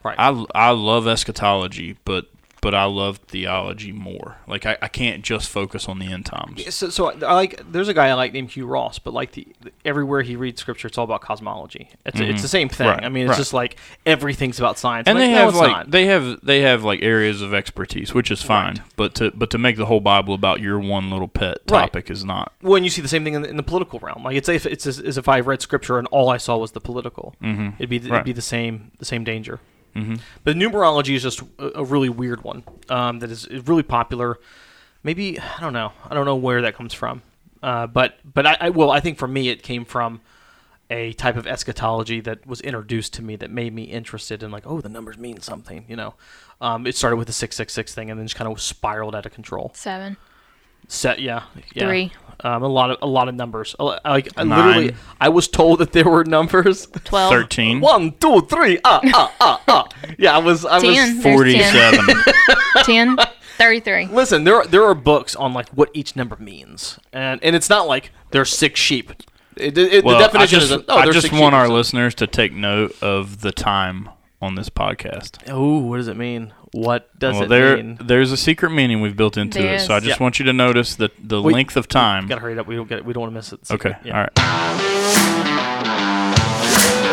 B: right.
C: I, I love eschatology, but but I love theology more. Like I, I can't just focus on the end times.
B: so, so I like. There's a guy I like named Hugh Ross, but like the, the- everywhere he reads scripture, it's all about cosmology. It's it's the same thing.
C: Mm-hmm. Right,
B: I mean, it's
C: right.
B: just like everything's about science.
C: and
B: I'm
C: they
B: like, no,
C: have
B: it's
C: like
B: not.
C: they have they have like areas of expertise, which is fine. But to but to make the whole Bible about your one little pet
B: Right.
C: topic is not.
B: Well, and you see the same thing in the, in the political realm. Like it's if it's as, as if I read scripture and all I saw was the political. Mm-hmm. It'd be the,
C: Right.
B: it'd be the same the same danger. Mm-hmm. But numerology is just a, a really weird one um, that is, is really popular. Maybe I don't know. I don't know where that comes from. Uh, but but I, I well I think for me it came from a type of eschatology that was introduced to me that made me interested in like oh the numbers mean something you know. Um, it started with the six six six thing and then just kind of spiraled out of control.
A: Seven.
B: Set, yeah, yeah.
A: Three.
B: Um, a lot of a lot of numbers. A lo- Like I
C: Nine.
B: literally, I was told that there were numbers.
A: Twelve.
C: Thirteen.
B: One, two, three. Ah, ah, ah, ah. Yeah, I was. I
A: Ten.
B: was.
A: There's
C: Forty-seven.
A: Ten. Thirty-three.
B: Listen, there are, there are books on like what each number means, and and it's not like there's six sheep. It, it,
C: well,
B: the definition
C: I just,
B: isn't. Oh,
C: I
B: there's
C: just
B: six
C: want
B: sheep.
C: our listeners to take note of the time on this podcast.
B: Oh, what does it mean? What does
C: well,
B: it
C: there
B: mean?
C: there's a secret meaning we've built into
A: There
C: it, so I
A: is.
C: just
B: Yeah.
C: want you to notice the the
B: Wait,
C: length of time.
B: Gotta hurry it up. We don't get. We don't want to miss it.
C: Okay. All
B: Yeah.
C: right.